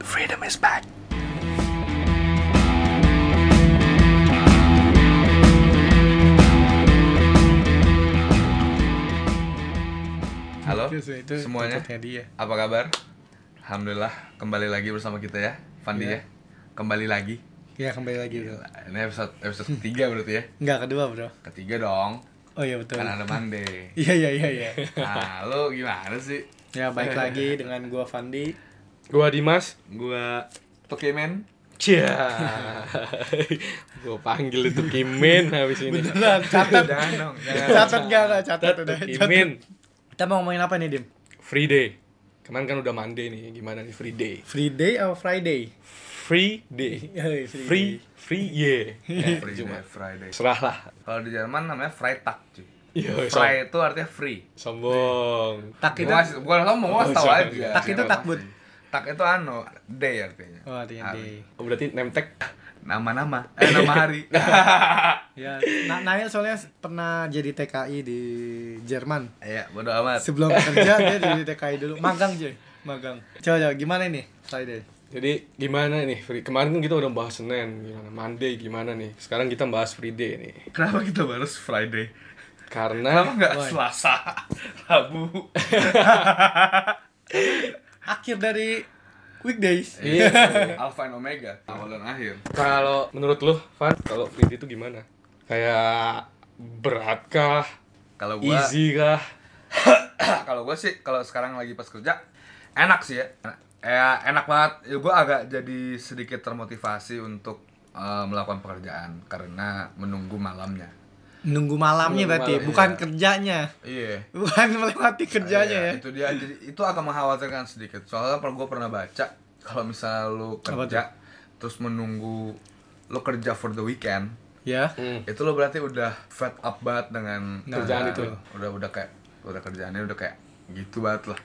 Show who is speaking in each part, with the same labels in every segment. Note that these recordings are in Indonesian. Speaker 1: Freedom is back. Halo
Speaker 2: Justru itu
Speaker 1: semuanya,
Speaker 2: tempatnya dia.
Speaker 1: apa kabar? Alhamdulillah kembali lagi bersama kita ya, Fandi ya.
Speaker 2: Iya.
Speaker 1: Kembali lagi.
Speaker 2: Ya kembali lagi bro.
Speaker 1: Ini episode episode ketiga berarti ya.
Speaker 2: Enggak kedua bro.
Speaker 1: Ketiga dong,
Speaker 2: Oh iya betul.
Speaker 1: kan ada Monday.
Speaker 2: Iya iya iya iya.
Speaker 1: Nah, lu gimana sih?
Speaker 2: Ya baik lagi dengan gua Fandi.
Speaker 3: Gua Dimas.
Speaker 1: Gua Pokemon.
Speaker 3: Cia. gua panggil itu Kimin habis ini.
Speaker 2: Beneran catat
Speaker 1: Jangan dong, jangan.
Speaker 2: catat gak ada Iya. catat
Speaker 3: Tet-
Speaker 2: udah. catat.
Speaker 3: Kimin.
Speaker 2: Kita mau ngomongin apa nih Dim?
Speaker 3: Free day. Kemarin kan udah Monday nih, gimana nih free day?
Speaker 2: Free day atau Friday?
Speaker 3: Free day. Eh,
Speaker 2: Yoi, free
Speaker 3: Free free ye.
Speaker 1: Ya,
Speaker 3: Yeah.
Speaker 1: free
Speaker 3: Cuma
Speaker 1: day, Friday.
Speaker 3: serahlah.
Speaker 1: Kalau di Jerman namanya Freitag, cuy.
Speaker 3: Yo, som
Speaker 1: Frei itu artinya free. Oh,
Speaker 3: sombong.
Speaker 2: Tak
Speaker 1: Gua
Speaker 2: itu.
Speaker 1: ngasih- gua nggak mau ngasih tahu
Speaker 3: sorry.
Speaker 1: aja.
Speaker 2: Tak itu tak, Bud.
Speaker 1: iya. Tak itu anu, day artinya.
Speaker 2: Oh artinya
Speaker 1: Hari.
Speaker 2: day.
Speaker 3: Oh, berarti nemtek.
Speaker 1: Nama-nama, eh nama hari.
Speaker 2: Ya, nah, Nail soalnya s- pernah jadi TKI di Jerman.
Speaker 1: Iya, bodo amat.
Speaker 2: Sebelum kerja dia jadi TKI dulu. Magang cuy, magang. Coba coba gimana nih Friday?
Speaker 3: Jadi gimana nih free? Kemarin kan kita udah bahas Senin, gimana Monday gimana nih? Sekarang kita bahas free day nih.
Speaker 1: Kenapa kita baru Friday? Kenapa
Speaker 3: Karena
Speaker 1: nggak Selasa, Rabu?
Speaker 2: Akhir dari weekdays.
Speaker 3: Iya.
Speaker 1: Alpha and Omega, awal dan akhir.
Speaker 3: Kalau menurut lu, Van, kalau free day itu gimana? Kayak berat kah?
Speaker 1: Kalau gua,
Speaker 3: Easy kah?
Speaker 1: kalau gua sih kalau sekarang lagi pas kerja enak sih ya. Ya enak banget. Ya, gua agak jadi sedikit termotivasi untuk eh, melakukan pekerjaan karena menunggu malamnya.
Speaker 2: Nunggu malamnya
Speaker 3: Nunggu
Speaker 2: berarti,
Speaker 3: malam,
Speaker 2: bukan
Speaker 1: iya.
Speaker 2: kerjanya.
Speaker 1: Iya.
Speaker 2: Bukan melewati
Speaker 1: Iya,
Speaker 2: kerjanya ya.
Speaker 1: Itu dia jadi itu agak mengkhawatirkan sedikit. Soalnya kalau gue pernah baca kalau misalnya lu
Speaker 2: Apa
Speaker 1: kerja terus menunggu lu kerja for the weekend,
Speaker 2: Ya.
Speaker 1: itu lu berarti udah fed up banget dengan eh,
Speaker 2: Nah,
Speaker 3: Kerjaan itu.
Speaker 1: Udah udah kayak udah kerjaannya udah kayak gitu banget lah.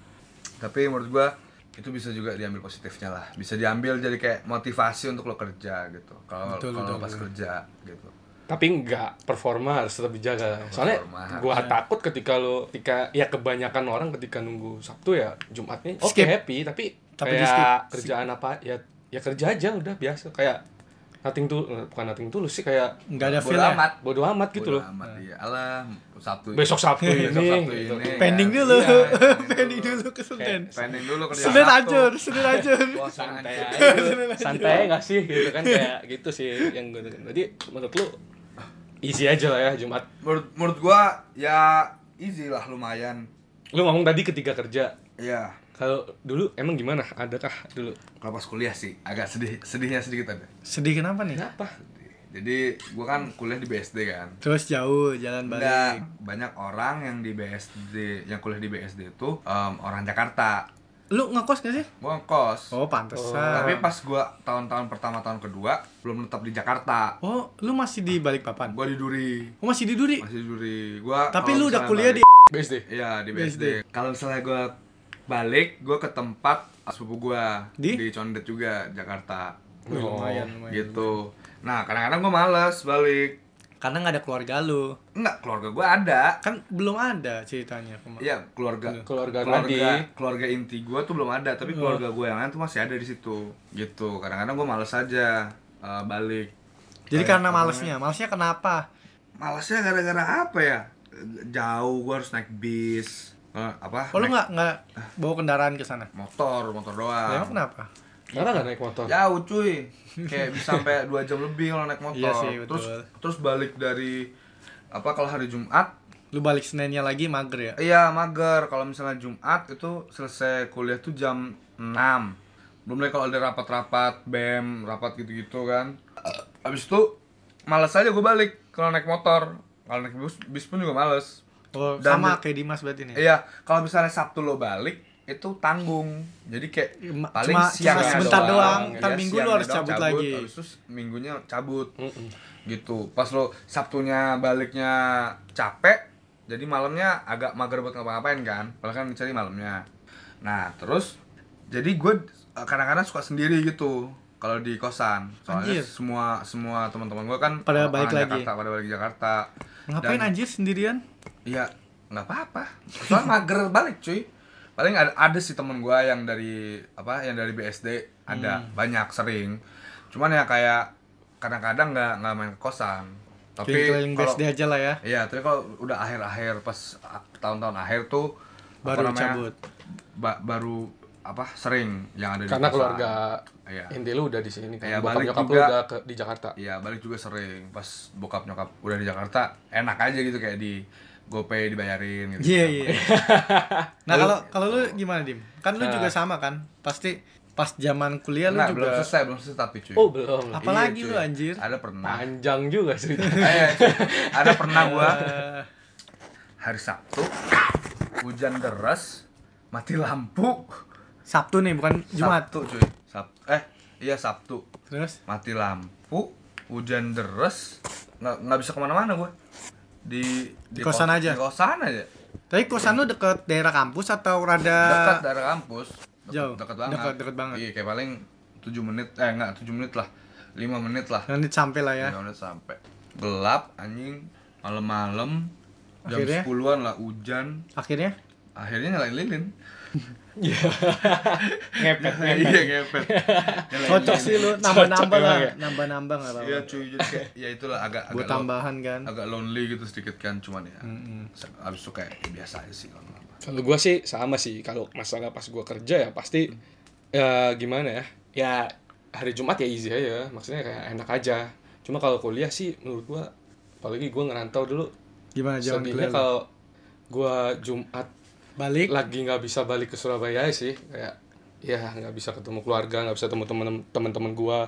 Speaker 1: Tapi menurut gua itu bisa juga diambil positifnya lah. Bisa diambil jadi kayak motivasi untuk lo kerja gitu. Kalau
Speaker 2: Betul,
Speaker 1: kalau
Speaker 2: betul,
Speaker 1: pas kerja gitu.
Speaker 3: Tapi enggak performa harus tetap dijaga. Soalnya
Speaker 1: Performa
Speaker 3: gua takut ketika lo ketika ya kebanyakan orang ketika nunggu Sabtu ya Jumatnya oke
Speaker 2: Skip.
Speaker 3: happy tapi,
Speaker 2: Tapi
Speaker 3: kayak
Speaker 2: di-skip.
Speaker 3: kerjaan apa ya ya kerja aja udah biasa kayak nothing tuh bukan nothing tulus sih kayak
Speaker 2: Nggak ada
Speaker 1: Bodo
Speaker 2: feel ya.
Speaker 1: amat.
Speaker 3: bodo amat gitu
Speaker 1: Bodo
Speaker 3: loh.
Speaker 1: amat iya. Alah, Sabtu. Iya,
Speaker 3: Besok Sabtu ini.
Speaker 1: Besok Sabtu
Speaker 3: gitu.
Speaker 1: ini.
Speaker 2: Pending
Speaker 1: kan.
Speaker 2: dulu.
Speaker 1: Iya,
Speaker 2: Pending dulu ke Senin.
Speaker 1: Pending dulu kerjaan
Speaker 2: Senin
Speaker 1: Sabtu.
Speaker 2: ajur, Senin ajur.
Speaker 1: Bosan
Speaker 3: santai
Speaker 1: aja.
Speaker 3: aja gitu. santai nggak sih gitu kan kayak gitu sih yang gue jadi menurut lu easy aja lah ya Jumat
Speaker 1: Menurut, menurut gua ya easy lah lumayan.
Speaker 3: lu ngomong tadi ketika kerja
Speaker 1: Ya,
Speaker 3: kalau dulu emang gimana adakah dulu
Speaker 1: kalau pas kuliah sih agak sedih, sedihnya sedikit ada.
Speaker 2: Sedih kenapa nih?
Speaker 3: kenapa
Speaker 1: Jadi gua kan kuliah di BSD kan.
Speaker 2: Terus jauh jalan
Speaker 1: Nggak,
Speaker 2: Kan balik.
Speaker 1: banyak orang yang di BSD, yang kuliah di BSD itu em, orang Jakarta.
Speaker 2: Lu ngekos gak sih?
Speaker 1: Gua ngekos.
Speaker 2: Oh, pantesan.
Speaker 1: Tapi pas gua tahun-tahun pertama tahun kedua belum tetap di Jakarta.
Speaker 2: Oh, lu masih di Balikpapan?
Speaker 1: Gua di Duri.
Speaker 2: Oh, masih di Duri.
Speaker 1: Masih di Duri. Gua
Speaker 2: Tapi
Speaker 1: kalau
Speaker 2: lu udah
Speaker 1: misalnya
Speaker 2: kuliah
Speaker 1: balik-
Speaker 2: di
Speaker 3: BSD
Speaker 1: Iya di
Speaker 2: BSD.
Speaker 1: BSD. Kalau misalnya gue balik, gue ke tempat sepupu gue
Speaker 2: Di? Oh,
Speaker 1: Condet juga Jakarta.
Speaker 2: Wih, lumayan, lumayan.
Speaker 1: Gitu. Nah kadang-kadang gue males balik.
Speaker 2: Karena nggak ada keluarga lu.
Speaker 1: Enggak keluarga gue ada.
Speaker 2: Kan belum ada ceritanya kemarin.
Speaker 1: Iya keluarga.
Speaker 3: Keluarga
Speaker 1: keluarga,
Speaker 3: Nadi.
Speaker 1: keluarga inti gue tuh belum ada,
Speaker 2: Iya.
Speaker 1: tapi keluarga gue yang lain tuh masih ada di situ. Gitu. Kadang-kadang gue males aja eh, balik.
Speaker 2: Jadi
Speaker 1: Kayak
Speaker 2: karena malesnya. Malesnya kenapa?
Speaker 1: Malesnya gara-gara apa ya? Jauh gue harus naik bis. Eh, apa?
Speaker 2: Oh, lu
Speaker 1: Naik
Speaker 2: nggak nggak bawa kendaraan ke sana?
Speaker 1: motor, motor doang.
Speaker 2: Ya, emang kenapa?
Speaker 3: karena nggak naik motor
Speaker 1: jauh cuy kayak bisa sampai dua jam lebih kalau naik motor
Speaker 2: Iya sih, betul.
Speaker 1: terus terus balik dari apa kalau hari Jumat
Speaker 2: Lu balik Seninnya lagi mager ya?
Speaker 1: iya mager kalau misalnya Jumat itu selesai kuliah tuh jam 6 belum lagi kalau ada rapat-rapat bem rapat gitu-gitu kan habis itu males aja gue balik kalau naik motor kalau naik bus bis pun juga males
Speaker 2: Oh,
Speaker 1: Dan-
Speaker 2: sama kayak Dimas berarti nih.
Speaker 1: iya kalau misalnya Sabtu lo balik itu tanggung jadi kayak
Speaker 2: Cuma-
Speaker 1: paling
Speaker 2: Iya,
Speaker 1: siang
Speaker 2: cuma sebentar doang, ntar
Speaker 1: Iya,
Speaker 2: minggu
Speaker 1: siangnya
Speaker 2: lu harus
Speaker 1: doang
Speaker 2: cabut lagi.
Speaker 1: habis itu minggunya cabut gitu pas lo sabtunya baliknya capek jadi malamnya agak mager buat ngapa-ngapain kan padahal kan mencari malamnya nah terus jadi gue eh, kadang-kadang suka sendiri gitu kalau di kosan soalnya
Speaker 2: Anjir.
Speaker 1: semua semua teman-teman gue kan
Speaker 2: Pada
Speaker 1: orang
Speaker 2: balik lagi.
Speaker 1: Jakarta pada balik ke Jakarta
Speaker 2: Ngapain
Speaker 1: Dan-
Speaker 2: anjir sendirian?
Speaker 1: Ya, Iya, nggak apa-apa. Soalnya mager balik cuy. paling ada, ada sih temen gua yang dari apa yang dari BSD ada
Speaker 2: Hmm.
Speaker 1: banyak sering cuman ya kayak kadang-kadang nggak nggak main ke kosan tapi
Speaker 2: keliling
Speaker 1: kalau-
Speaker 2: BSD aja lah ya
Speaker 1: Iya, tapi kalau udah akhir-akhir pas a- tahun-tahun akhir tuh apa
Speaker 2: Baru
Speaker 1: namanya,
Speaker 2: cabut.
Speaker 1: ba- baru apa sering yang ada di
Speaker 3: Karena
Speaker 1: kosan.
Speaker 3: keluarga
Speaker 1: Iya.
Speaker 3: inti lu udah di sini kan.
Speaker 1: Iya,
Speaker 3: Bokap
Speaker 1: balik
Speaker 3: nyokap lu
Speaker 1: juga.
Speaker 3: udah ke, di Jakarta.
Speaker 1: Iya, balik juga sering pas bokap nyokap udah di Jakarta, enak aja gitu kayak di GoPay dibayarin gitu.
Speaker 2: Iya iya. Nah kalau kalau lu gimana dim? Kan lu juga sama kan? Pasti pas zaman kuliah iya. lu
Speaker 1: Nah, belum
Speaker 2: juga.
Speaker 1: selesai, belum selesai tapi cuy.
Speaker 3: Oh, belum.
Speaker 2: Apa?
Speaker 1: Iya,
Speaker 2: Apalagi
Speaker 1: cuy.
Speaker 2: lu, anjir.
Speaker 1: Ada pernah.
Speaker 3: Panjang juga ceritanya.
Speaker 1: Eh, ada pernah gua
Speaker 2: Eh,
Speaker 1: hari Sabtu hujan deras, mati lampu.
Speaker 2: Sabtu nih bukan Jumat.
Speaker 1: Sabtu, cuy. Sabtu. Eh, iya Sabtu.
Speaker 2: Terus?
Speaker 1: mati lampu hujan deres nggak nggak bisa kemana-mana gue di
Speaker 2: Di kosan
Speaker 1: di
Speaker 2: aja?
Speaker 1: kosan aja
Speaker 2: Tapi kosan lu deket daerah kampus atau rada?
Speaker 1: dekat daerah kampus Deket-
Speaker 2: Jauh.
Speaker 1: deket banget
Speaker 2: Deket- deket banget.
Speaker 1: iya kayak paling 7 menit eh nggak 7 menit lah 5 menit lah
Speaker 2: Nanti sampai lah ya.
Speaker 1: 5 menit Iya, sampai gelap anjing malam-malam jam
Speaker 2: Akhirnya?
Speaker 1: 10-an lah hujan
Speaker 2: Akhirnya?
Speaker 1: akhirnya nyalain lilin
Speaker 2: Iya.
Speaker 3: Ngepet,
Speaker 1: iya ngepet Nyalain
Speaker 2: Cocok
Speaker 1: lilin.
Speaker 2: sih lu nambah-nambah lah,
Speaker 3: Cocok emang ya.
Speaker 2: nambah-nambah nggak apa-apa.
Speaker 1: iya cuy jadi kayak ya itulah agak
Speaker 2: Buat
Speaker 1: agak lo-
Speaker 2: tambahan kan.
Speaker 1: agak lonely gitu sedikit kan cuman ya abis itu kayak ya biasa aja sih kalau lama
Speaker 3: Kalau gua sih sama sih. Kalau masalah pas gua kerja ya pasti
Speaker 2: Hmm.
Speaker 3: ya gimana ya? Ya hari Jumat ya easy aja. Maksudnya kayak enak aja. Cuma kalau kuliah sih menurut gua apalagi gua ngerantau dulu
Speaker 2: Gimana jalan
Speaker 3: sedihnya
Speaker 2: kuliah? lu?
Speaker 3: kalau gua Jumat
Speaker 2: Balik?
Speaker 3: lagi nggak bisa balik ke Surabaya sih kayak ya nggak bisa ketemu keluarga nggak bisa ketemu temen teman-teman gua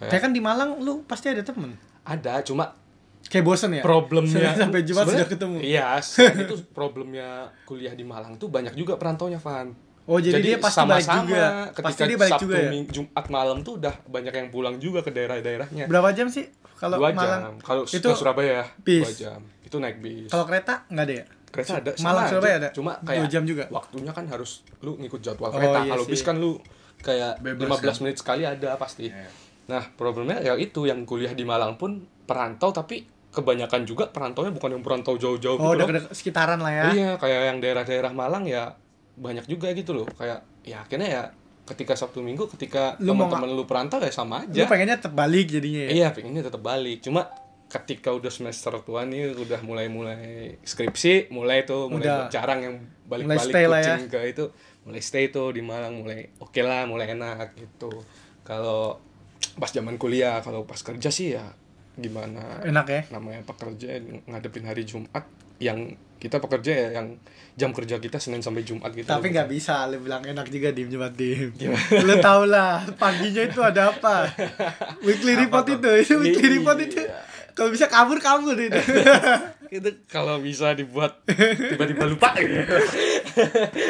Speaker 2: Kayak
Speaker 3: kayak
Speaker 2: kan di Malang lu pasti ada temen.
Speaker 3: ada cuma
Speaker 2: Kayak bosen ya?
Speaker 3: problemnya
Speaker 2: Sampai Jumat
Speaker 3: Sebenarnya-
Speaker 2: sudah ketemu.
Speaker 3: iya selain itu problemnya kuliah di Malang tuh banyak juga perantaunya Van
Speaker 2: Oh, jadi dia pasti balik
Speaker 3: sama-sama
Speaker 2: juga.
Speaker 3: ketika
Speaker 2: Pasti dia balik
Speaker 3: Sabtu,
Speaker 2: juga ya?
Speaker 3: Ming- Jumat malam tuh udah banyak yang pulang juga ke daerah-daerahnya
Speaker 2: Berapa jam sih? Kalau
Speaker 3: dua jam
Speaker 2: Malang
Speaker 3: kalau
Speaker 2: itu
Speaker 3: ke Surabaya
Speaker 2: bis.
Speaker 3: dua jam itu naik bis
Speaker 2: kalau kereta nggak ada ya?
Speaker 3: kereta ada sama
Speaker 2: Malang
Speaker 3: aja.
Speaker 2: Surabaya ada?
Speaker 3: cuma
Speaker 2: Dua
Speaker 3: kayak
Speaker 2: jam juga?
Speaker 3: waktunya kan harus lu ngikut jadwal
Speaker 2: Oh,
Speaker 3: kereta
Speaker 2: iya
Speaker 3: kalau bis
Speaker 2: sih.
Speaker 3: kan lu kayak
Speaker 1: Bebas
Speaker 3: 15
Speaker 1: kan?
Speaker 3: menit sekali ada pasti
Speaker 1: Iya.
Speaker 3: nah problemnya ya itu yang kuliah di Malang pun perantau tapi kebanyakan juga perantaunya bukan yang perantau jauh-jauh
Speaker 2: Oh,
Speaker 3: gitu loh.
Speaker 2: deket-deket sekitaran lah ya.
Speaker 3: iya kayak yang daerah-daerah Malang ya banyak juga gitu loh kayak ya akhirnya ya ketika Sabtu Minggu ketika
Speaker 2: Lu mau
Speaker 3: teman-teman lu perantau ya sama
Speaker 2: Lu
Speaker 3: aja
Speaker 2: pengennya terbalik jadinya ya?
Speaker 3: Iya, pengennya tetap balik. Cuma ketika udah semester tua nih udah mulai-mulai skripsi, mulai tuh mulai
Speaker 2: Udah.
Speaker 3: jarang yang
Speaker 2: Mulai
Speaker 3: balik-balik
Speaker 2: stay lah ya.
Speaker 3: kucing ke itu, mulai stay tuh di Malang, mulai oke lah, mulai enak gitu. Kalau pas zaman kuliah, kalau pas kerja sih ya gimana?
Speaker 2: Enak ya?
Speaker 3: Namanya pekerja ngadepin hari Jumat yang kita pekerja ya yang jam kerja kita Senin sampai Jumat gitu.
Speaker 2: Tapi nggak bisa, lu bilang enak juga dim Jumat dim.
Speaker 3: Iya.
Speaker 2: Lu tau lah, paginya itu ada apa? Weekly report itu, itu weekly
Speaker 3: Iya.
Speaker 2: report itu. Kalau bisa kabur kabur itu.
Speaker 3: itu kalau bisa dibuat tiba-tiba lupa gitu.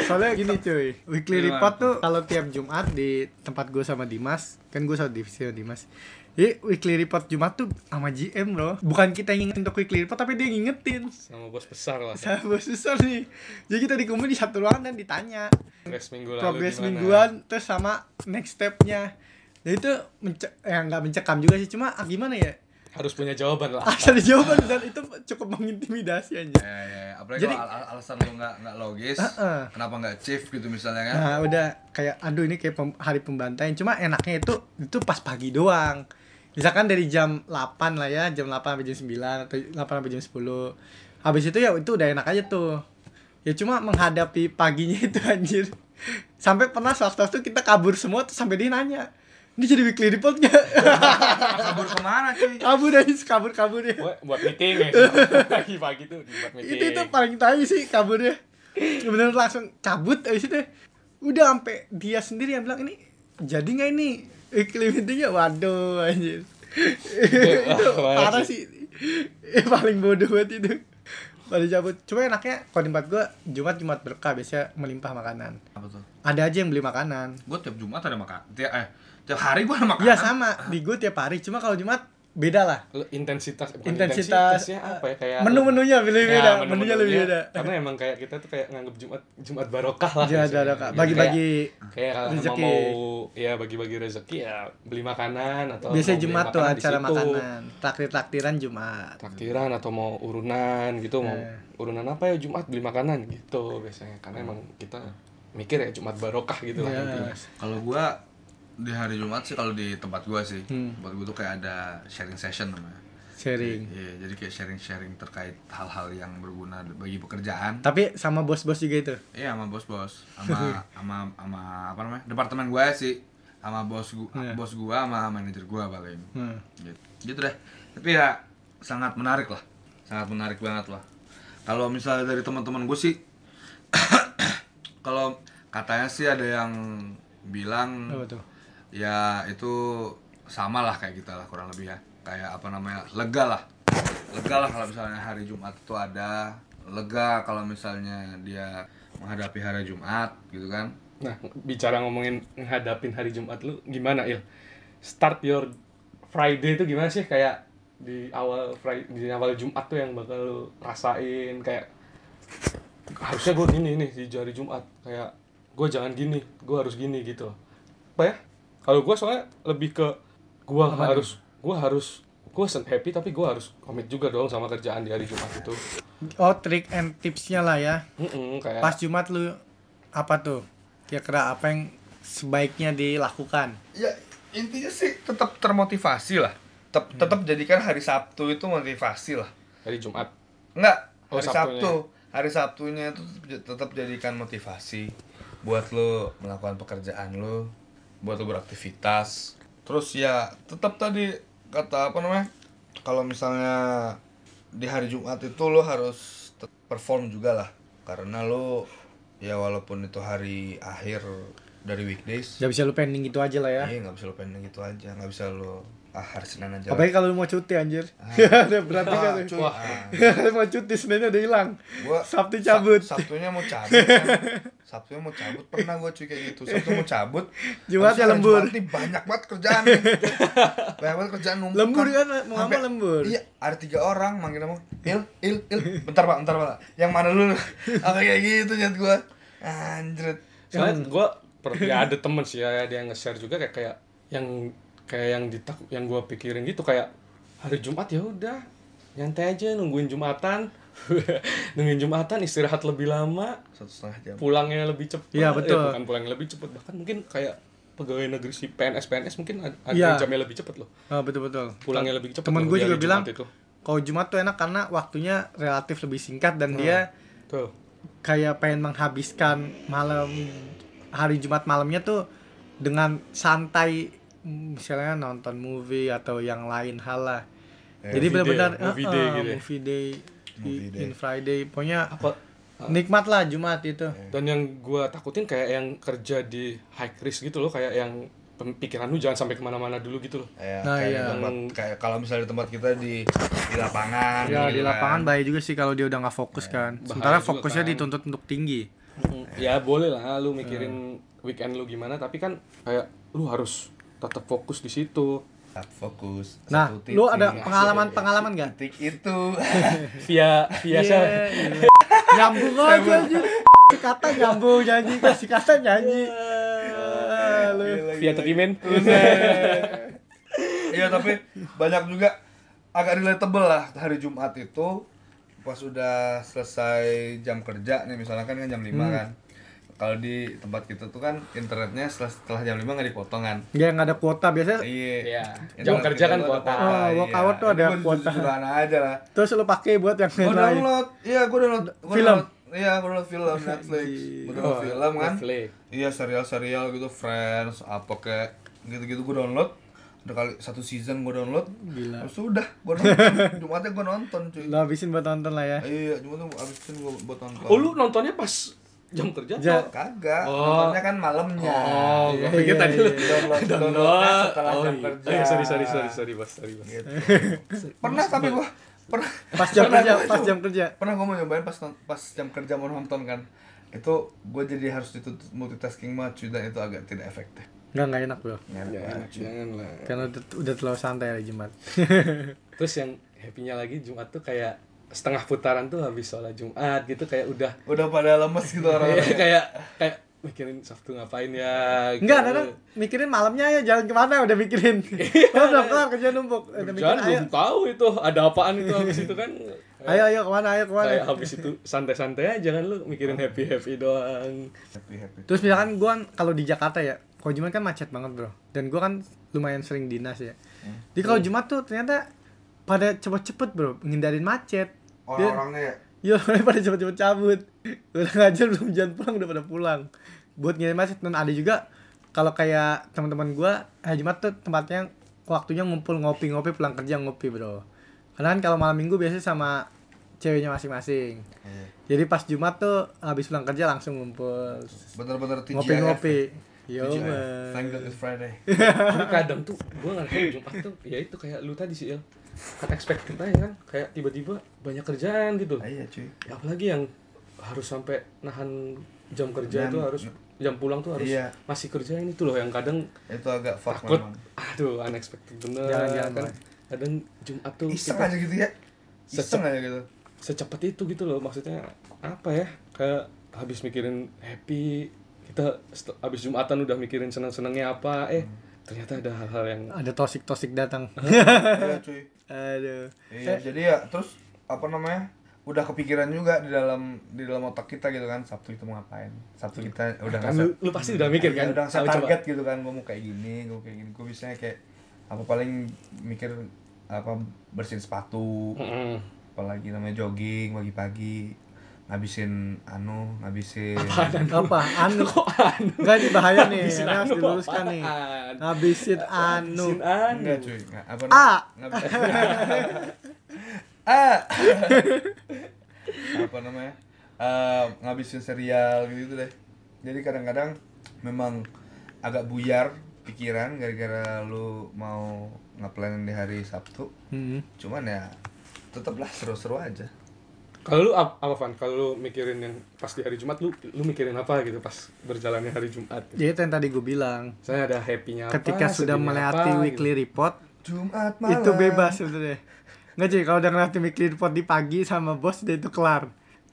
Speaker 2: Soalnya gini cuy, weekly
Speaker 1: Gimana
Speaker 2: report tuh kalau tiap Jumat di tempat gue sama Dimas, kan gue sama divisi sama Dimas. Jadi weekly report Jumat tuh sama GM bro. Bukan kita yang ngingetin untuk weekly report, tapi dia yang ngingetin.
Speaker 3: Sama bos besar lah.
Speaker 2: Sama susah nih. Jadi kita dikumpul di satu ruangan ditanya
Speaker 3: Progres minggu lalu
Speaker 2: progres
Speaker 3: gimana?
Speaker 2: mingguan terus sama next stepnya. Jadi itu mence- ya nggak mencekam juga sih, cuma ah, gimana ya?
Speaker 3: harus punya jawaban lah.
Speaker 2: Asal jawaban dan itu cukup mengintimidasi
Speaker 1: ya,
Speaker 2: aja.
Speaker 1: ya, ya. apalagi
Speaker 2: Jadi-
Speaker 1: kalau al- al- alasan lu nggak nggak logis
Speaker 2: Heeh.
Speaker 1: kenapa nggak chief gitu misalnya kan
Speaker 2: Nah, udah kayak aduh ini kayak pem- hari pembantaian. Cuma enaknya itu itu pas pagi doang. Misalkan dari jam 8 lah ya, jam 8 sampai jam 9 atau 8 sampai jam 10. Habis itu ya itu udah enak aja tuh. Ya cuma menghadapi paginya itu anjir. Sampai pernah waktu itu kita kabur semua terus sampai dia nanya. Ini jadi weekly report nggak?
Speaker 1: kabur kemana cuy
Speaker 2: kabur dari kabur kaburnya.
Speaker 3: Buat, buat meeting ya. Pagi-pagi tuh buat meeting.
Speaker 2: itu itu paling tai sih kaburnya bener langsung cabut abis itu udah sampai dia sendiri yang bilang ini jadi nggak ini weekly meetingnya waduh anjir itu
Speaker 3: parah
Speaker 2: parah
Speaker 3: sih.
Speaker 2: sih Eh, paling bodoh banget itu pada cabut cuma enaknya kalau di tempat gue jumat jumat berkah biasanya melimpah makanan
Speaker 1: apa tuh
Speaker 2: ada aja yang beli makanan
Speaker 1: gue tiap jumat ada makan tiap eh tiap hari gue ada makan
Speaker 3: Ah.
Speaker 2: iya sama di gue tiap hari cuma kalau jumat beda lah
Speaker 3: Lu intensitas bukan
Speaker 2: intensitas eh,
Speaker 3: intensitasnya apa ya kayak
Speaker 2: menu-menunya lebih
Speaker 3: Ya,
Speaker 2: beda
Speaker 3: menu-menunya.
Speaker 2: menunya lebih beda
Speaker 3: Karena emang kayak kita tuh kayak nganggep Jumat Jumat barokah lah.
Speaker 2: Iya,
Speaker 3: biasanya.
Speaker 2: barokah.
Speaker 3: Gitu.
Speaker 2: Bagi-bagi
Speaker 3: Kayak- Kayak kalau emang
Speaker 2: rezeki.
Speaker 3: mau ya bagi-bagi rezeki ya beli makanan atau
Speaker 2: Biasanya
Speaker 3: mau beli
Speaker 2: Jumat tuh
Speaker 3: makanan di
Speaker 2: acara
Speaker 3: situ.
Speaker 2: makanan, takdir-takdiran Jumat.
Speaker 3: Traktiran atau mau
Speaker 2: Eh.
Speaker 3: urunan gitu mau urunan apa ya Jumat beli makanan gitu biasanya karena emang kita mikir ya Jumat barokah gitu lah
Speaker 2: Hmm. Iya.
Speaker 3: intinya.
Speaker 1: Kalau gua di hari Jumat sih kalau di tempat gua sih,
Speaker 2: Hmm.
Speaker 1: tempat gua tuh kayak ada sharing session namanya.
Speaker 2: sharing
Speaker 1: Iya, jadi kayak sharing-sharing terkait hal-hal yang berguna bagi pekerjaan.
Speaker 2: tapi sama bos-bos juga itu
Speaker 1: Iya, sama bos-bos, sama sama sama apa namanya? Departemen gua sih, sama bos gua,
Speaker 2: Iya.
Speaker 1: bos gua sama manajer gua paling.
Speaker 2: hmm.
Speaker 1: Gitu. gitu deh. Tapi ya sangat menarik lah. Sangat menarik banget lah. Kalau misalnya dari teman-teman gue sih kalau katanya sih ada yang bilang
Speaker 2: apa tuh
Speaker 1: ya itu sama lah kayak kita lah kurang lebih ya kayak apa namanya lega lah lega lah kalau misalnya hari Jumat itu ada lega kalau misalnya dia menghadapi hari Jumat gitu kan
Speaker 3: Nah, bicara ngomongin ngadapin hari Jumat lu gimana, Il? Start your Friday itu gimana sih kayak di awal Friday, di awal Jumat tuh yang bakal lu rasain kayak harusnya gue gini nih di hari Jumat kayak gue jangan gini, gue harus gini gitu. Apa ya? Kalau gue soalnya lebih ke gue harus gue harus gue happy tapi gue harus komit juga dong sama kerjaan di hari Jumat itu.
Speaker 2: oh trik and tipsnya lah ya
Speaker 3: Mm-mm, kayak
Speaker 2: pas Jumat lu apa tuh kira-kira apa yang sebaiknya dilakukan
Speaker 1: ya intinya sih tetap termotivasi lah tetap tetap jadikan hari Sabtu itu motivasi lah
Speaker 3: hari Jumat.
Speaker 1: Enggak,
Speaker 3: Oh,
Speaker 1: hari
Speaker 3: Sabtunya.
Speaker 1: Sabtu. Hari Sabtunya itu j- tetap jadikan motivasi buat lo melakukan pekerjaan lo, buat lo beraktivitas. Terus ya tetap tadi kata apa namanya? Kalau misalnya di hari Jumat itu lo harus te- perform juga lah karena lo ya walaupun itu hari akhir dari weekdays
Speaker 2: nggak bisa lu pending gitu aja lah ya
Speaker 1: iya nggak bisa lo pending gitu aja nggak bisa lo ah hari Senin aja lah.
Speaker 2: apalagi kalau lu mau cuti anjir berarti
Speaker 1: Ah,
Speaker 2: kan
Speaker 1: cuy, ah.
Speaker 2: mau cuti senin udah hilang
Speaker 1: gua
Speaker 2: Sabtu cabut.
Speaker 1: Sa- Sabtunya mau cabut kan. Sabtunya mau cabut pernah gue cuy kayak gitu Sabtu mau cabut
Speaker 2: Jumat
Speaker 1: harusnya hari
Speaker 2: lembur.
Speaker 1: Jumat nih banyak banget kerjaan nih. banyak banget kerjaan numpuk
Speaker 2: lembur kan mau
Speaker 1: Sampai-
Speaker 2: ngomong lembur
Speaker 1: iya ada tiga orang manggil nama il il il bentar pak bentar pak yang mana lu apa kayak gitu nyet gue anjret
Speaker 3: soalnya gue ya ada temen sih ya ada yang nge-share juga kayak kayak yang kayak yang ditak yang gue pikirin gitu kayak hari Jumat ya udah nyantai aja nungguin Jumatan nungguin Jumatan istirahat lebih lama
Speaker 1: satu setengah jam
Speaker 3: pulangnya lebih cepat
Speaker 2: Iya, betul.
Speaker 3: bukan pulangnya lebih cepat bahkan mungkin kayak pegawai negeri si PNS PNS mungkin ad- ada
Speaker 2: Iya.
Speaker 3: yang jamnya lebih cepat loh
Speaker 2: Ah, betul betul
Speaker 3: pulangnya lebih cepat
Speaker 2: temen
Speaker 3: loh
Speaker 2: gue
Speaker 3: di
Speaker 2: juga
Speaker 3: hari
Speaker 2: bilang
Speaker 3: Jumat itu
Speaker 2: kalau Jumat tuh enak karena waktunya relatif lebih singkat dan
Speaker 1: Hmm.
Speaker 2: dia
Speaker 3: tuh
Speaker 2: kayak pengen menghabiskan malam hari Jumat malamnya tuh dengan santai mm, misalnya nonton movie atau yang lain hal lah. Jadi
Speaker 3: Eh, movie
Speaker 2: benar-benar
Speaker 3: day, movie day
Speaker 2: eh, eh,
Speaker 3: gitu ya.
Speaker 2: movie day,
Speaker 1: Movie
Speaker 2: i-
Speaker 1: day.
Speaker 2: in Friday pokoknya
Speaker 3: apa
Speaker 2: nikmat lah Jumat itu.
Speaker 3: Dan yang gua takutin kayak yang kerja di high risk gitu loh, kayak yang pem- pikiran lu jangan sampai kemana-mana dulu gitu loh.
Speaker 1: Ya,
Speaker 2: Nah,
Speaker 1: kayak
Speaker 2: iya.
Speaker 1: di tempat, kayak kalau misalnya di tempat kita di di lapangan
Speaker 2: Ya di
Speaker 1: gitu
Speaker 2: lapangan
Speaker 1: kan.
Speaker 2: baik juga sih kalau dia udah nggak fokus kan.
Speaker 3: bahaya
Speaker 2: Sementara
Speaker 3: juga
Speaker 2: fokusnya
Speaker 3: kan.
Speaker 2: dituntut untuk tinggi.
Speaker 3: Ya boleh lah lu mikirin weekend lu gimana, tapi kan kayak lu harus tetap fokus di situ.
Speaker 1: Tak fokus
Speaker 2: Nah,
Speaker 1: Satu
Speaker 2: lu
Speaker 1: titik.
Speaker 2: ada
Speaker 3: Iya,
Speaker 2: pengalaman-pengalaman gak?
Speaker 1: titik itu
Speaker 3: Via via siapa?
Speaker 2: Iya. nyambung aja anjir. Si kata nyambung nyanyi kasih kata nyanyi. Ah, lu.
Speaker 3: via Tetimen.
Speaker 1: Iya tapi banyak juga agak relatable lah hari Jumat itu pas udah selesai jam kerja nih misalkan kan jam 5
Speaker 2: Hmm.
Speaker 1: kan kalau di tempat kita tuh kan internetnya setelah, setelah jam 5 nggak dipotong kan
Speaker 2: Dia nggak ada kuota biasanya.
Speaker 1: iya
Speaker 3: Iya. Jam
Speaker 1: Internet
Speaker 3: kerja
Speaker 1: kita
Speaker 3: kan
Speaker 1: tuh ada
Speaker 3: kuota.
Speaker 2: Oh,
Speaker 1: iya.
Speaker 2: workout tuh ada
Speaker 1: Gua
Speaker 2: kuota.
Speaker 1: jujur-jujuran aja lah
Speaker 2: Terus lu pakai buat yang
Speaker 1: gue
Speaker 2: lain.
Speaker 1: download iya gue download gua
Speaker 2: Film.
Speaker 1: download. iya gue download film Netflix gue download
Speaker 3: Oh,
Speaker 1: film kan
Speaker 3: Netflix.
Speaker 1: iya serial-serial gitu Friends apa kayak gitu-gitu gue download ada kali satu season gue download
Speaker 2: Gila.
Speaker 1: terus udah gue nonton Jumatnya gue nonton cuy
Speaker 2: Lu habisin buat nonton lah ya.
Speaker 1: iya Jumatnya abis itu gue buat nonton
Speaker 3: Oh lu nontonnya pas jam kerja?
Speaker 2: Ja-
Speaker 3: atau-
Speaker 1: kagak
Speaker 3: Oh.
Speaker 1: nontonnya kan malamnya
Speaker 3: Oh,
Speaker 1: Iya,
Speaker 3: gua pikir
Speaker 2: iya,
Speaker 3: tadi lu
Speaker 1: download downloadnya
Speaker 3: download.
Speaker 1: setelah
Speaker 3: Oh,
Speaker 1: jam
Speaker 3: iya.
Speaker 1: kerja
Speaker 3: Eh, sorry sorry sorry sorry bos sorry
Speaker 2: Iya,
Speaker 3: bos.
Speaker 1: Gitu. pernah tapi gue pernah
Speaker 2: Pas jam
Speaker 1: pernah
Speaker 2: kerja,
Speaker 1: gua
Speaker 2: pas
Speaker 1: coba-
Speaker 2: jam kerja.
Speaker 1: pernah gue mau nyobain pas non- pas jam kerja mau nonton kan itu gue jadi harus itu multitasking banget cuy dan itu agak tidak efektif
Speaker 2: Nggak nggak enak bro. iya.
Speaker 3: Ya, jangan lah.
Speaker 2: Karena udah, udah terlalu santai hari Jumat.
Speaker 3: Terus yang happy-nya lagi Jumat tuh kayak setengah putaran tuh habis sholat Jumat gitu kayak udah
Speaker 1: udah pada lemes gitu orang-orang
Speaker 3: kayak kayak, kayak mikirin Sabtu ngapain ya. gitu.
Speaker 2: Enggak, kadang mikirin malamnya ya jalan kemana udah mikirin. Oh, udah kelar kerja numpuk. Udah mikirin
Speaker 3: Kerjaan
Speaker 2: ayo.
Speaker 3: belum tahu itu ada apaan itu habis itu kan.
Speaker 2: ayo ayo kemana ayo kemana
Speaker 3: kayak habis itu santai-santai aja kan lu mikirin happy happy doang
Speaker 1: happy happy
Speaker 2: terus misalkan gue kalau di Jakarta ya kalau Jumat kan macet banget bro dan gue kan lumayan sering dinas ya jadi kalau Jumat tuh ternyata pada cepet-cepet bro menghindarin macet Dia-
Speaker 1: orang-orangnya ya
Speaker 2: Iya, orangnya pada cepet-cepet cabut. Udah ngajar belum jalan pulang udah pada pulang. Buat ngirim macet dan ada juga kalau kayak teman-teman gua hari Jumat tuh tempatnya waktunya ngumpul ngopi-ngopi pulang kerja ngopi, Bro. Karena kan kalau malam Minggu biasanya sama ceweknya masing-masing.
Speaker 1: Iya.
Speaker 2: Jadi pas Jumat tuh habis pulang kerja langsung ngumpul
Speaker 1: bener-bener TGIF
Speaker 2: ngopi-ngopi. Yo,
Speaker 1: TGIF.
Speaker 2: man.
Speaker 1: thank God it's Friday
Speaker 3: tapi kadang tuh gue ngerasa Jumat tuh ya itu kayak lu tadi sih ya unexpected aja kan kayak tiba-tiba banyak kerjaan gitu
Speaker 1: Ah, iya cuy
Speaker 3: ya, apalagi yang harus sampai nahan jam kerja
Speaker 1: Jam-
Speaker 3: itu harus jam pulang tuh harus
Speaker 1: Iya.
Speaker 3: masih kerja ini tuh loh yang kadang
Speaker 1: itu agak fuck
Speaker 3: takut
Speaker 1: memang Iya,
Speaker 3: aduh unexpected bener
Speaker 2: Jangan-jangan,
Speaker 3: kan
Speaker 2: Bang.
Speaker 3: kadang Jumat tuh
Speaker 1: iseng
Speaker 3: kita
Speaker 1: aja gitu ya iseng
Speaker 3: Secep-
Speaker 1: aja gitu
Speaker 3: secepat itu gitu loh maksudnya apa ya kayak habis mikirin happy kita set- habis jumatan udah mikirin seneng-senengnya apa eh
Speaker 2: Hmm.
Speaker 3: ternyata ada hal-hal yang
Speaker 2: Ada tosik-tosik datang.
Speaker 1: iya cuy
Speaker 2: Aduh.
Speaker 1: iya jadi ya terus apa namanya udah kepikiran juga di dalam di dalam otak kita gitu kan Sabtu kita mau ngapain Sabtu kita udah
Speaker 3: kan
Speaker 1: ngasih
Speaker 3: lu, lu pasti udah mikir
Speaker 1: Ya,
Speaker 3: kan
Speaker 1: udah ngasih
Speaker 3: Coba-
Speaker 1: target gitu kan gue mau kayak gini gue kayak gini gue biasanya kayak apa paling mikir apa bersihin sepatu
Speaker 3: Mm-mm.
Speaker 1: apalagi namanya jogging pagi-pagi ngabisin anu ngabisin
Speaker 2: Apa? Anu.
Speaker 3: kok anu
Speaker 2: Enggak ini bahaya nih,
Speaker 3: Habisin
Speaker 2: ini harus
Speaker 3: anu
Speaker 2: diluruskan
Speaker 3: apaan?
Speaker 2: nih. Habisin anu.
Speaker 3: Habisin anu
Speaker 1: enggak cuy nggak apa
Speaker 2: Ah.
Speaker 1: ngabisin ah apa namanya Eh, ngabisin serial gitu, deh jadi kadang-kadang memang agak buyar pikiran gara-gara lu mau ngeplan di hari Sabtu
Speaker 2: Hmm.
Speaker 3: Anu.
Speaker 1: cuman ya tetaplah seru-seru aja
Speaker 3: kalau lu ap- apa Van? kalau lu mikirin yang pas di hari Jumat lu lu mikirin apa gitu pas berjalannya hari Jumat gitu?
Speaker 2: Jadi itu yang tadi gue bilang,
Speaker 3: saya ada happy-nya apa
Speaker 2: ketika sudah
Speaker 3: sedihnya
Speaker 2: melewati
Speaker 3: apa, gitu.
Speaker 2: weekly report,
Speaker 1: Jumat malam
Speaker 2: itu bebas sebenarnya. Nggak cuy, kalau udah ngeliatin weekly report di pagi sama bos, udah itu kelar.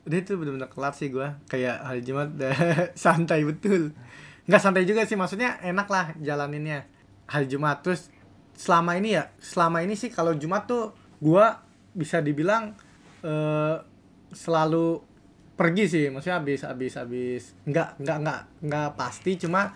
Speaker 2: Udah itu bener-bener kelar sih gue, kayak hari Jumat udah santai betul. Nggak santai juga sih, maksudnya enak lah jalaninnya. Hari Jumat, terus selama ini ya, selama ini sih kalau Jumat tuh gue bisa dibilang eh, selalu pergi sih maksudnya habis habis habis nggak nggak nggak nggak pasti cuma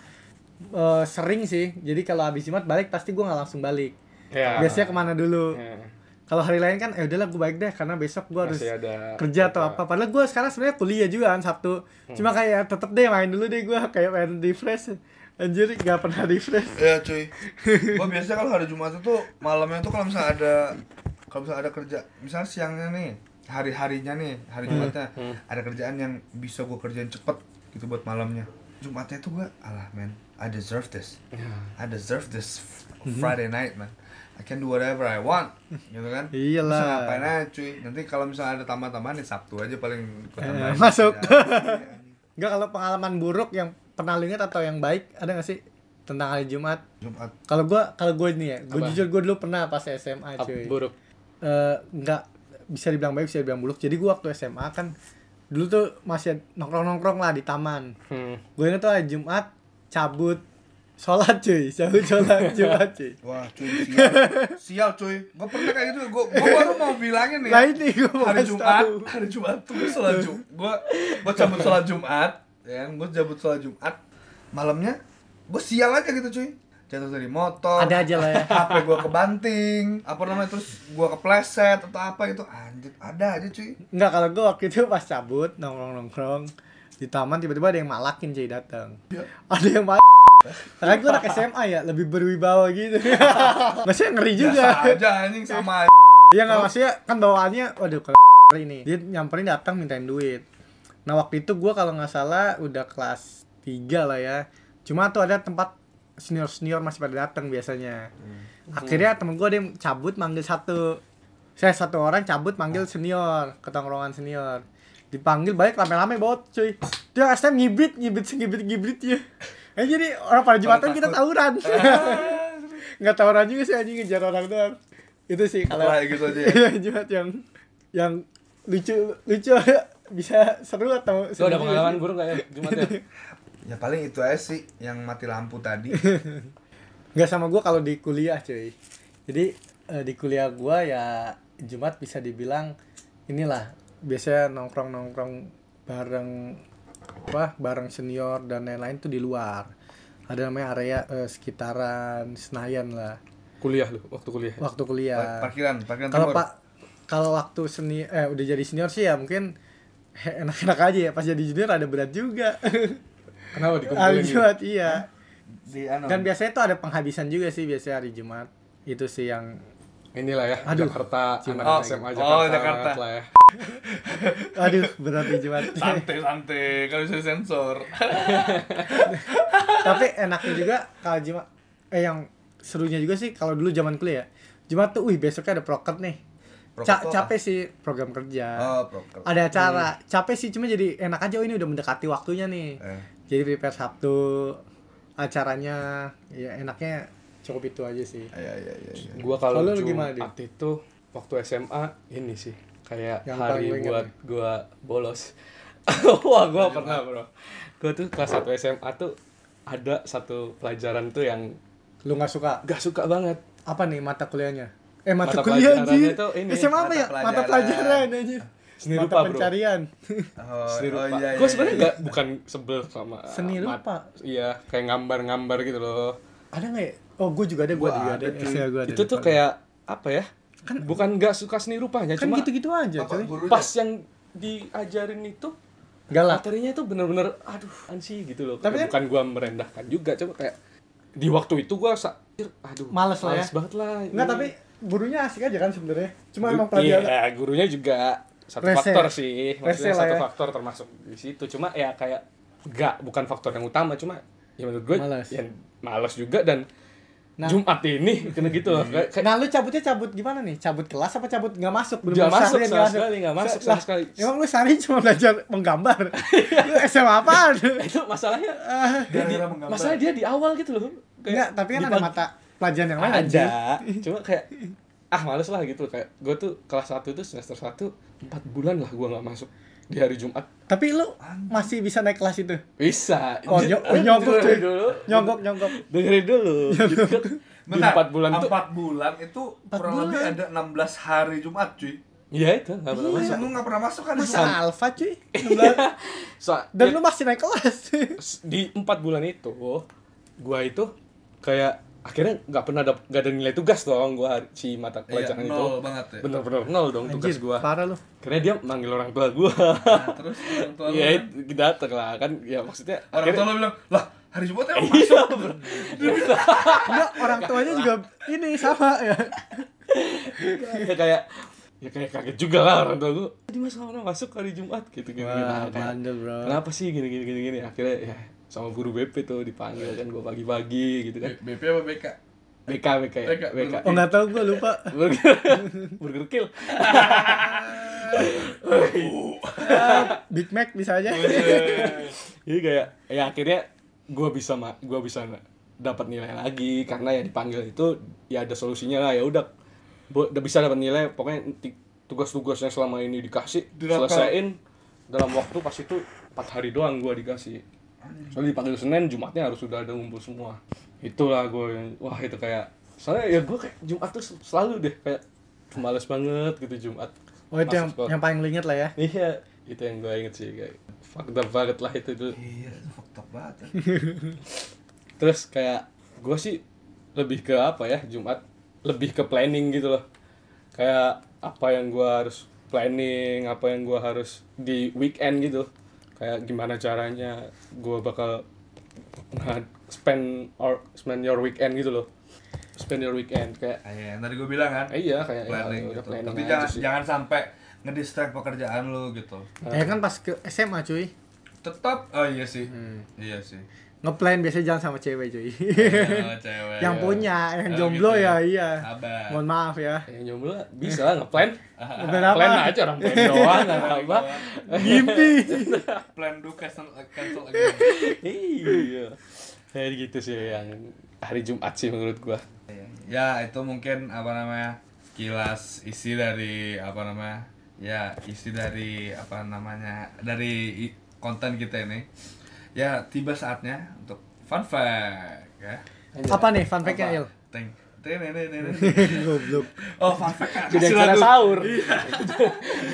Speaker 2: eh, sering sih jadi kalau habis jumat balik pasti gue nggak langsung balik
Speaker 3: Ya.
Speaker 2: biasanya kemana dulu
Speaker 3: Ya.
Speaker 2: kalau hari lain kan eh udahlah gue balik deh karena besok gue harus
Speaker 3: Masih ada- Hmm.
Speaker 2: kerja atau
Speaker 3: ada-
Speaker 2: apa padahal gue sekarang sebenarnya kuliah juga kan sabtu cuma kayak tetep deh main dulu deh gue kayak main refresh anjir nggak pernah refresh
Speaker 1: Iya cuy Gue biasanya kalau hari Jumat itu Malamnya tuh kalau misalnya ada Kalau misalnya ada kerja Misalnya siangnya nih Hari-harinya nih Hari
Speaker 2: Hmm.
Speaker 1: Jumatnya Ada kerjaan yang bisa gue kerjain cepet Gitu buat malamnya Jumatnya tuh gue Alah man I deserve this I deserve this f-
Speaker 2: Hmm.
Speaker 1: Friday night man I can do whatever I want Gitu kan
Speaker 2: Iyalah.
Speaker 1: Bisa ngapain aja cuy Nanti kalau misalnya ada tambah-tambahan ya Sabtu aja paling gua
Speaker 2: Eh,
Speaker 1: tambahin.
Speaker 2: masuk.
Speaker 1: Ya.
Speaker 2: nggak kalau pengalaman buruk yang pernah lu ingat atau yang baik ada nggak sih tentang hari jumat
Speaker 1: Jumat
Speaker 2: kalau gue kalau gue ini ya gue
Speaker 3: Apa?
Speaker 2: jujur gue dulu pernah pas SMA
Speaker 3: Ap-
Speaker 2: cuy
Speaker 3: buruk
Speaker 2: eh, nggak bisa dibilang baik bisa dibilang buruk jadi gua waktu SMA kan dulu tuh masih nongkrong nongkrong lah di taman
Speaker 3: Hmm.
Speaker 2: gue ini tuh hari Jumat cabut sholat cuy cabut sholat Jumat cuy
Speaker 1: Wah cuy sial, sial cuy Gue pernah kayak gitu, gue gua baru mau bilangin nih ya.
Speaker 2: nah ini gue mau
Speaker 1: Hari
Speaker 2: kasih
Speaker 1: Jumat,
Speaker 2: tahu.
Speaker 1: hari Jumat tuh gue sholat Jumat Gue gua cabut sholat Jumat ya, Gue cabut sholat Jumat Malamnya, gue sial aja gitu cuy Jatuh dari motor
Speaker 2: Ada aja lah ya.
Speaker 1: HP gue kebanting Apa namanya, terus gue kepleset atau apa gitu Anjir, ada aja cuy
Speaker 2: nggak kalau gue waktu itu pas cabut nongkrong nongkrong di taman tiba-tiba ada yang malakin cuy datang
Speaker 1: Iya.
Speaker 2: ada yang malakin Karena gue anak SMA ya, lebih berwibawa gitu Maksudnya ngeri juga
Speaker 1: Biasa aja anjing sama
Speaker 2: Iya nggak maksudnya kan bawaannya waduh kalau ini dia nyamperin datang mintain duit. Nah waktu itu gua kalau nggak salah udah kelas 3 lah ya. Cuma tuh ada tempat senior senior masih pada datang biasanya. Akhirnya temen gua dia cabut manggil satu. Saya satu orang cabut manggil senior ke tongkrongan senior. Dipanggil balik rame-rame bot cuy. Dia SM ngibrit ngibrit ngibrit ngibrit ya. Eh jadi orang pada jumatan kita
Speaker 1: takut.
Speaker 2: tawuran. Nggak tawuran juga sih anjing ngejar orang doang. Itu sih kalau
Speaker 1: Kalah gitu aja ya
Speaker 2: Iya, Jumat yang yang lucu lucu bisa seru atau
Speaker 3: Lu ada pengalaman buruk gak ya Jumatnya?
Speaker 1: Ya paling itu aja sih, yang mati lampu tadi
Speaker 2: Iya. Enggak sama gua kalau di kuliah, cuy. Jadi eh, di kuliah gua ya Jumat bisa dibilang inilah biasanya nongkrong nongkrong bareng apa bareng senior dan lain-lain tuh di luar ada namanya area eh, sekitaran Senayan lah
Speaker 3: Kuliah lu, waktu kuliah.
Speaker 2: waktu kuliah
Speaker 1: Parkiran, parkiran
Speaker 2: kalau
Speaker 1: timur.
Speaker 2: pak kalau waktu seni eh udah jadi senior sih ya mungkin enak-enak aja ya pas jadi junior ada berat juga
Speaker 3: Kenapa
Speaker 2: hari
Speaker 3: dikumpulin? gitu?
Speaker 2: Jumat iya
Speaker 1: Di anu.
Speaker 2: dan biasanya tuh ada penghabisan juga sih biasanya hari Jumat itu sih yang
Speaker 3: Inilah ya,
Speaker 2: Aduh.
Speaker 3: Jakarta, anak
Speaker 1: Oh,
Speaker 3: SMA
Speaker 1: oh,
Speaker 3: Jakarta.
Speaker 1: Jakarta.
Speaker 3: lah ya.
Speaker 2: aduh berat di Jumat
Speaker 1: santai santai kalau bisa sensor
Speaker 2: tapi enaknya juga kalau Jumat eh yang serunya juga sih kalau dulu zaman kuliah ya. Jumat tuh wih besoknya ada proker nih
Speaker 1: Proker
Speaker 2: Ca-
Speaker 1: tuh apa?
Speaker 2: capek sih program kerja
Speaker 1: oh proker
Speaker 2: ada acara capek sih cuma jadi enak aja oh ini udah mendekati waktunya nih
Speaker 1: eh.
Speaker 2: jadi prepare Sabtu acaranya ya enaknya cukup itu aja sih
Speaker 1: iya iya iya iya.
Speaker 3: Gua kalau
Speaker 2: Kalau lu gimana,
Speaker 3: Jumat itu waktu SMA ini sih kayak
Speaker 2: Yang
Speaker 3: hari
Speaker 2: paling lu ingat
Speaker 3: buat
Speaker 2: nih?
Speaker 3: gua bolos. Wah, gua pernah, Bro. Gua tuh kelas 1 SMA tuh ada satu pelajaran tuh yang
Speaker 2: lu nggak suka
Speaker 3: gak suka banget.
Speaker 2: apa nih mata kuliahnya eh mata,
Speaker 3: Mata
Speaker 2: kuliah
Speaker 3: pelajarannya
Speaker 2: anjir
Speaker 3: tuh ini,
Speaker 2: SMA apa
Speaker 1: mata
Speaker 2: ya mata
Speaker 1: pelajaran.
Speaker 2: pelajaran anjir
Speaker 3: Seni
Speaker 2: mata
Speaker 3: rupa, Bro.
Speaker 2: pencarian
Speaker 1: oh,
Speaker 3: Seni
Speaker 1: oh,
Speaker 3: rupa.
Speaker 1: iya, iya,
Speaker 3: gua sebenarnya
Speaker 1: iya.
Speaker 3: nggak bukan sebel sama
Speaker 2: Seni
Speaker 3: mat-
Speaker 2: rupa.
Speaker 3: Iya, kayak gambar-gambar gitu loh.
Speaker 2: ada nggak ya? oh gue juga ada gue
Speaker 1: Gua
Speaker 2: juga ada,
Speaker 1: ada, cuy.
Speaker 2: SMA gua ada
Speaker 3: itu tuh kayak apa ya?
Speaker 2: Kan-
Speaker 3: bukan nggak suka seni rupanya,
Speaker 2: kan
Speaker 3: cuma
Speaker 2: gitu-gitu aja
Speaker 1: Bapak
Speaker 2: cuy
Speaker 1: gurunya.
Speaker 3: Iya, pas yang diajarin itu
Speaker 2: galak
Speaker 3: materinya tuh bener-bener aduh ansi gitu loh
Speaker 2: Tapi
Speaker 3: tapi
Speaker 2: kan-
Speaker 3: bukan gua merendahkan juga coba kayak di waktu itu gua sa aduh
Speaker 2: Males lah ya.
Speaker 3: banget lah ini.
Speaker 2: nggak tapi gurunya asik aja kan sebenarnya cuma emang
Speaker 3: Guru-
Speaker 2: pelajaran
Speaker 3: iya, gurunya juga satu
Speaker 2: Rese.
Speaker 3: faktor sih
Speaker 2: Rese lah
Speaker 3: maksudnya satu
Speaker 2: ya.
Speaker 3: faktor termasuk di situ cuma ya kayak nggak bukan faktor yang utama cuma ya menurut gua
Speaker 2: Males.
Speaker 3: yang males juga dan
Speaker 2: Nah.
Speaker 3: Jumat ini kena gitu loh kayak, kayak
Speaker 2: nah lu cabutnya cabut gimana nih cabut kelas apa cabut nggak masuk belum
Speaker 3: Nggak masuk sama sekali, nggak masuk sama sekali.
Speaker 2: emang lu sehari cuma belajar menggambar lu SMA apaan
Speaker 3: itu masalahnya dia di,
Speaker 1: Gara-gara menggambar.
Speaker 3: masalah dia di awal gitu loh
Speaker 2: Enggak, tapi kan ada
Speaker 3: dipag-
Speaker 2: mata pelajaran yang lain anjir.
Speaker 3: ada cuma kayak ah males lah gitu kayak gue tuh kelas 1 tuh semester 1 4 bulan lah gue nggak masuk di hari Jumat
Speaker 2: Tapi lu masih bisa naik kelas itu.
Speaker 3: bisa
Speaker 2: Oh, nyo- oh, nyogok cuy.
Speaker 3: dengerin dulu
Speaker 2: Nyogok nyogok.
Speaker 3: dengerin dulu Gitu kan. di
Speaker 1: Bentar,
Speaker 3: 4 bulan tuh
Speaker 1: empat bulan itu kurang
Speaker 2: bulan.
Speaker 1: lebih ada 16 hari Jumat cuy
Speaker 3: iya itu nggak pernah
Speaker 2: Iya.
Speaker 3: masuk
Speaker 1: Masuk lu nggak pernah masuk kan
Speaker 2: Masa
Speaker 1: Jumat
Speaker 2: alfa cuy. Bener.
Speaker 3: so,
Speaker 2: Dan
Speaker 3: ya,
Speaker 2: lu masih naik kelas.
Speaker 3: di 4 bulan itu gue itu kayak akhirnya nggak pernah ada nggak ada nilai tugas dong gue si mata
Speaker 1: Iya,
Speaker 3: pelajaran itu
Speaker 1: nol banget ya
Speaker 3: bener-bener nol dong tugas gue
Speaker 2: parah lu.
Speaker 3: karena dia manggil orang tua gue
Speaker 1: nah, terus orang tua lu
Speaker 3: Iya,
Speaker 1: kan-
Speaker 3: itu dateng lah kan ya maksudnya
Speaker 1: orang tua
Speaker 3: akhirnya-
Speaker 1: lu bilang lah hari Jumat emang
Speaker 3: Iya, bro.
Speaker 2: Enggak, orang tuanya juga ini sama ya.
Speaker 3: ya kayak ya kayak kaget juga lah orang tua gue tadi mas kamu masuk hari Jumat gitu gitu, gitu. Nah, kayak,
Speaker 2: bro.
Speaker 3: kenapa sih gini gini gini gini akhirnya ya sama guru BP tuh dipanggil kan gue pagi-pagi gitu kan
Speaker 1: B- BP apa BK
Speaker 3: BK BK ya,
Speaker 1: BK,
Speaker 3: BK
Speaker 2: Oh enggak tahu gua lupa.
Speaker 3: burger burger kill
Speaker 2: Ah, Big Mac bisa aja.
Speaker 3: jadi kayak ya akhirnya gue bisa ma gue bisa na- dapat nilai lagi karena ya dipanggil itu ya ada solusinya lah ya udah Bu- udah bisa dapat nilai pokoknya ti- tugas-tugas yang selama ini dikasih
Speaker 1: Dirapel.
Speaker 3: selesaiin dalam waktu pas itu empat hari doang gue dikasih soalnya dipanggil senin jumatnya harus sudah ada ngumpul semua itulah gue wah itu kayak soalnya ya gue kayak jumat tuh selalu deh kayak males banget gitu jumat
Speaker 2: Oh itu
Speaker 3: Masuk
Speaker 2: yang
Speaker 3: sekolah.
Speaker 2: yang paling lu inget lah ya.
Speaker 3: Iya, itu yang gue inget sih kayak fakta banget lah itu dulu.
Speaker 1: iya fucked up banget ya.
Speaker 3: Terus kayak gue sih lebih ke apa ya Jumat lebih ke planning gitu loh. Kayak apa yang gue harus planning, apa yang gue harus di weekend gitu. Kayak gimana caranya gue bakal nah, spend or spend your weekend gitu loh. Spend your weekend kayak
Speaker 1: Ah, iya, yang tadi gue bilang kan
Speaker 3: eh, iya kayak ya,
Speaker 1: planning
Speaker 3: udah
Speaker 1: gitu
Speaker 3: planning
Speaker 1: tapi
Speaker 3: aja
Speaker 1: jangan
Speaker 3: sih.
Speaker 1: jangan sampai ngedistract pekerjaan lu gitu
Speaker 2: Ya kan pas ke SMA cuy.
Speaker 1: tetap oh iya sih
Speaker 3: Hmm.
Speaker 1: iya sih
Speaker 2: Ngeplan biasanya jalan sama cewek cuy.
Speaker 1: Oh, cewek.
Speaker 2: Iya. yang punya, yang
Speaker 1: Oh,
Speaker 2: jomblo
Speaker 1: gitu
Speaker 2: ya,
Speaker 1: ya.
Speaker 2: iya.
Speaker 1: Sabar.
Speaker 2: Mohon maaf ya.
Speaker 3: Ya, jomblo bisa lah ngeplan.
Speaker 2: Ngeplan
Speaker 3: Plan
Speaker 2: apa?
Speaker 3: aja orang plan doang nggak apa-apa.
Speaker 1: Iya.
Speaker 2: Mimpi.
Speaker 1: plan do cancel uh, cancel again
Speaker 3: Iya. Kayak gitu sih yang hari Jumat sih menurut gua.
Speaker 1: ya itu mungkin apa namanya kilas isi dari apa namanya ya isi dari apa namanya dari i- konten kita ini ya tiba saatnya untuk fun fact ya
Speaker 2: Iya. Apa nih fun fact-nya Il?
Speaker 1: Thank Tenenenenen.
Speaker 2: Goblok.
Speaker 1: Oh, fun fact.
Speaker 3: Jadi
Speaker 1: Kasih
Speaker 3: acara
Speaker 1: lagu.
Speaker 3: sahur.
Speaker 1: Iya.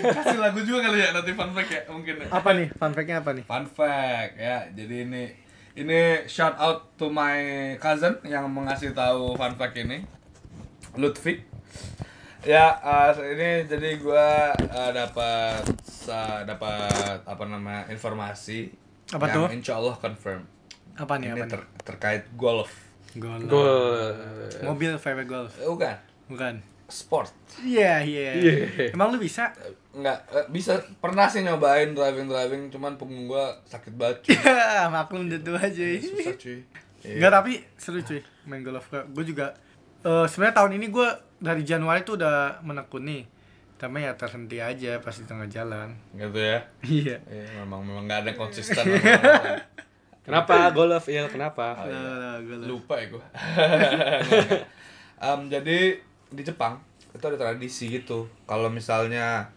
Speaker 1: Kasih lagu juga kali ya nanti fun fact ya mungkin. ya.
Speaker 2: Apa nih? Fun fact-nya apa nih?
Speaker 1: Fun fact ya. Jadi ini ini shout out to my cousin yang mengasih tahu fun fact ini. Lutfi. Ya, eh, ini jadi gua eh, dapat sa- dapat apa nama informasi
Speaker 2: Apa
Speaker 1: yang
Speaker 2: tuh? Iya,
Speaker 1: insya Allah confirm.
Speaker 2: Apa nih?
Speaker 1: Ini
Speaker 2: Apa nih?
Speaker 1: ter- terkait golf.
Speaker 2: Golf.
Speaker 3: Gol.
Speaker 2: Mobil VW Golf.
Speaker 1: Eh, Bukan,
Speaker 2: Bukan.
Speaker 1: sport.
Speaker 2: Iya, iya.
Speaker 3: Iya.
Speaker 2: Emang lu bisa?
Speaker 1: Nggak, eh, bisa pernah sih nyobain driving-driving, cuman punggung gua sakit banget. cuy.
Speaker 2: Ya, maklum udah tua aja.
Speaker 1: Susah cuy. Iya.
Speaker 2: Enggak, tapi seru cuy main golf. Gue juga eh sebenarnya tahun ini gue dari Januari tuh udah menekuni. Tapi ya terhenti aja pas di tengah jalan.
Speaker 1: Gitu ya.
Speaker 2: Iya.
Speaker 1: Iya, memang memang nggak
Speaker 2: Hmm.
Speaker 1: ada konsisten. memang.
Speaker 3: Kenapa golf ya? Kenapa?
Speaker 1: Oh, iya.
Speaker 2: Lah, lah, golf.
Speaker 1: Lupa ya gua. Em, jadi di Jepang itu ada tradisi gitu. Kalau misalnya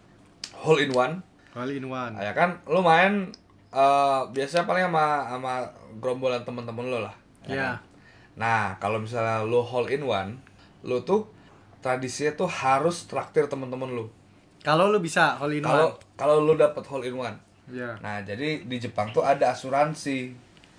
Speaker 1: hole in one,
Speaker 2: All in one.
Speaker 1: ya kan lu main eh, biasanya paling sama sama gerombolan temen-temen lo lah.
Speaker 2: Iya.
Speaker 1: Nah, kalau misalnya lu hole in one, lu tuh tradisinya tuh harus traktir temen-temen lu.
Speaker 2: Kalau lu bisa all in
Speaker 1: Kalau
Speaker 2: one.
Speaker 1: kalau lu dapet hole in one.
Speaker 2: Iya.
Speaker 1: Nah, jadi di Jepang tuh ada asuransi.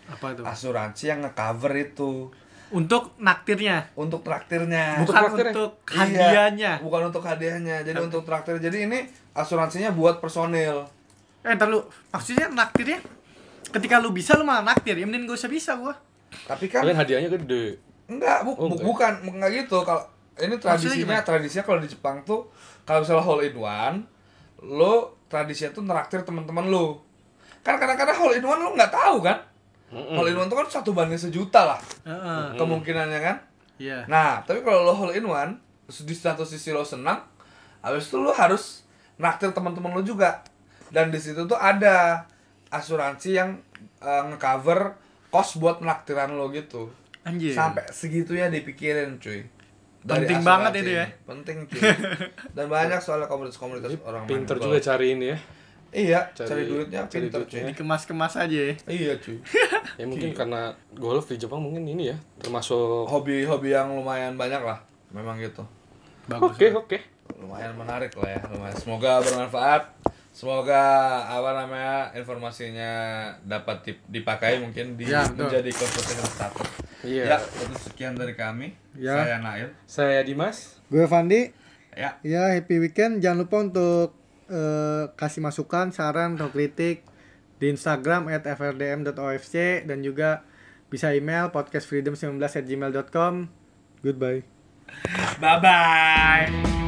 Speaker 2: Apa tuh?
Speaker 1: Asuransi yang ngecover itu
Speaker 2: Untuk naktirnya,
Speaker 1: untuk traktirnya.
Speaker 2: bukan
Speaker 3: traktirnya.
Speaker 2: Kan untuk
Speaker 1: Iya,
Speaker 2: hadiahnya.
Speaker 1: bukan untuk hadiahnya. Jadi untuk traktir. Jadi ini asuransinya buat personil.
Speaker 2: Eh, ntar lu maksudnya naktirnya ketika lu bisa lu malah naktir. Ya mending gak usah bisa gua.
Speaker 1: Tapi kan
Speaker 3: Kalian hadiahnya gede.
Speaker 1: Enggak, bu-
Speaker 3: Oh,
Speaker 1: bu-
Speaker 3: enggak.
Speaker 1: bukan enggak gitu. Kalau ini tradisinya,
Speaker 2: Maksudnya
Speaker 1: tradisinya kalau di Jepang tuh kalau misalnya hole in one, lo tradisinya tuh neraktir teman-teman lo. Kan kadang-kadang hole in one lo nggak tahu kan? Hole in one tuh kan satu banding sejuta lah
Speaker 2: Heeh.
Speaker 1: kemungkinannya kan.
Speaker 2: Iya.
Speaker 1: Nah, tapi kalau lo hole in one, di satu sisi lo senang, habis itu lo harus naktir teman-teman lo juga. Dan di situ tuh ada asuransi yang eh, ngecover cost buat naktiran lo gitu
Speaker 2: Anjir.
Speaker 1: sampai segitunya dipikirin cuy
Speaker 2: Iya. Penting
Speaker 1: asuransi
Speaker 2: banget itu ya.
Speaker 1: ini. penting cuy dan banyak soalnya komunitas-komunitas orang main
Speaker 3: Pinter
Speaker 1: golf.
Speaker 3: juga cari ini ya.
Speaker 1: iya cari,
Speaker 3: Cari-
Speaker 1: duitnya
Speaker 3: cari
Speaker 1: pinter
Speaker 3: duitnya.
Speaker 1: cuy
Speaker 2: Dikemas-kemas aja ya.
Speaker 1: iya cuy
Speaker 3: Ya mungkin karena golf di Jepang mungkin ini ya termasuk
Speaker 1: Oh, hobi-hobi yang lumayan banyak lah memang gitu
Speaker 2: Bagus.
Speaker 3: Oke, oke.
Speaker 1: lumayan menarik lah ya lumayan semoga bermanfaat semoga apa namanya informasinya dapat dip- dipakai mungkin di
Speaker 2: Ya, betul.
Speaker 1: menjadi konsultan status ya
Speaker 3: Iya.
Speaker 1: itu sekian dari kami
Speaker 2: Ya.
Speaker 1: saya Nail
Speaker 3: Saya Dimas.
Speaker 2: Gue Fandi.
Speaker 1: ya
Speaker 2: Ya, happy weekend. Jangan lupa untuk eh, kasih masukan, saran, atau kritik di Instagram at frdm.ofc dan juga bisa email podcastfreedom19 at gmail.com. Goodbye.
Speaker 1: bye bye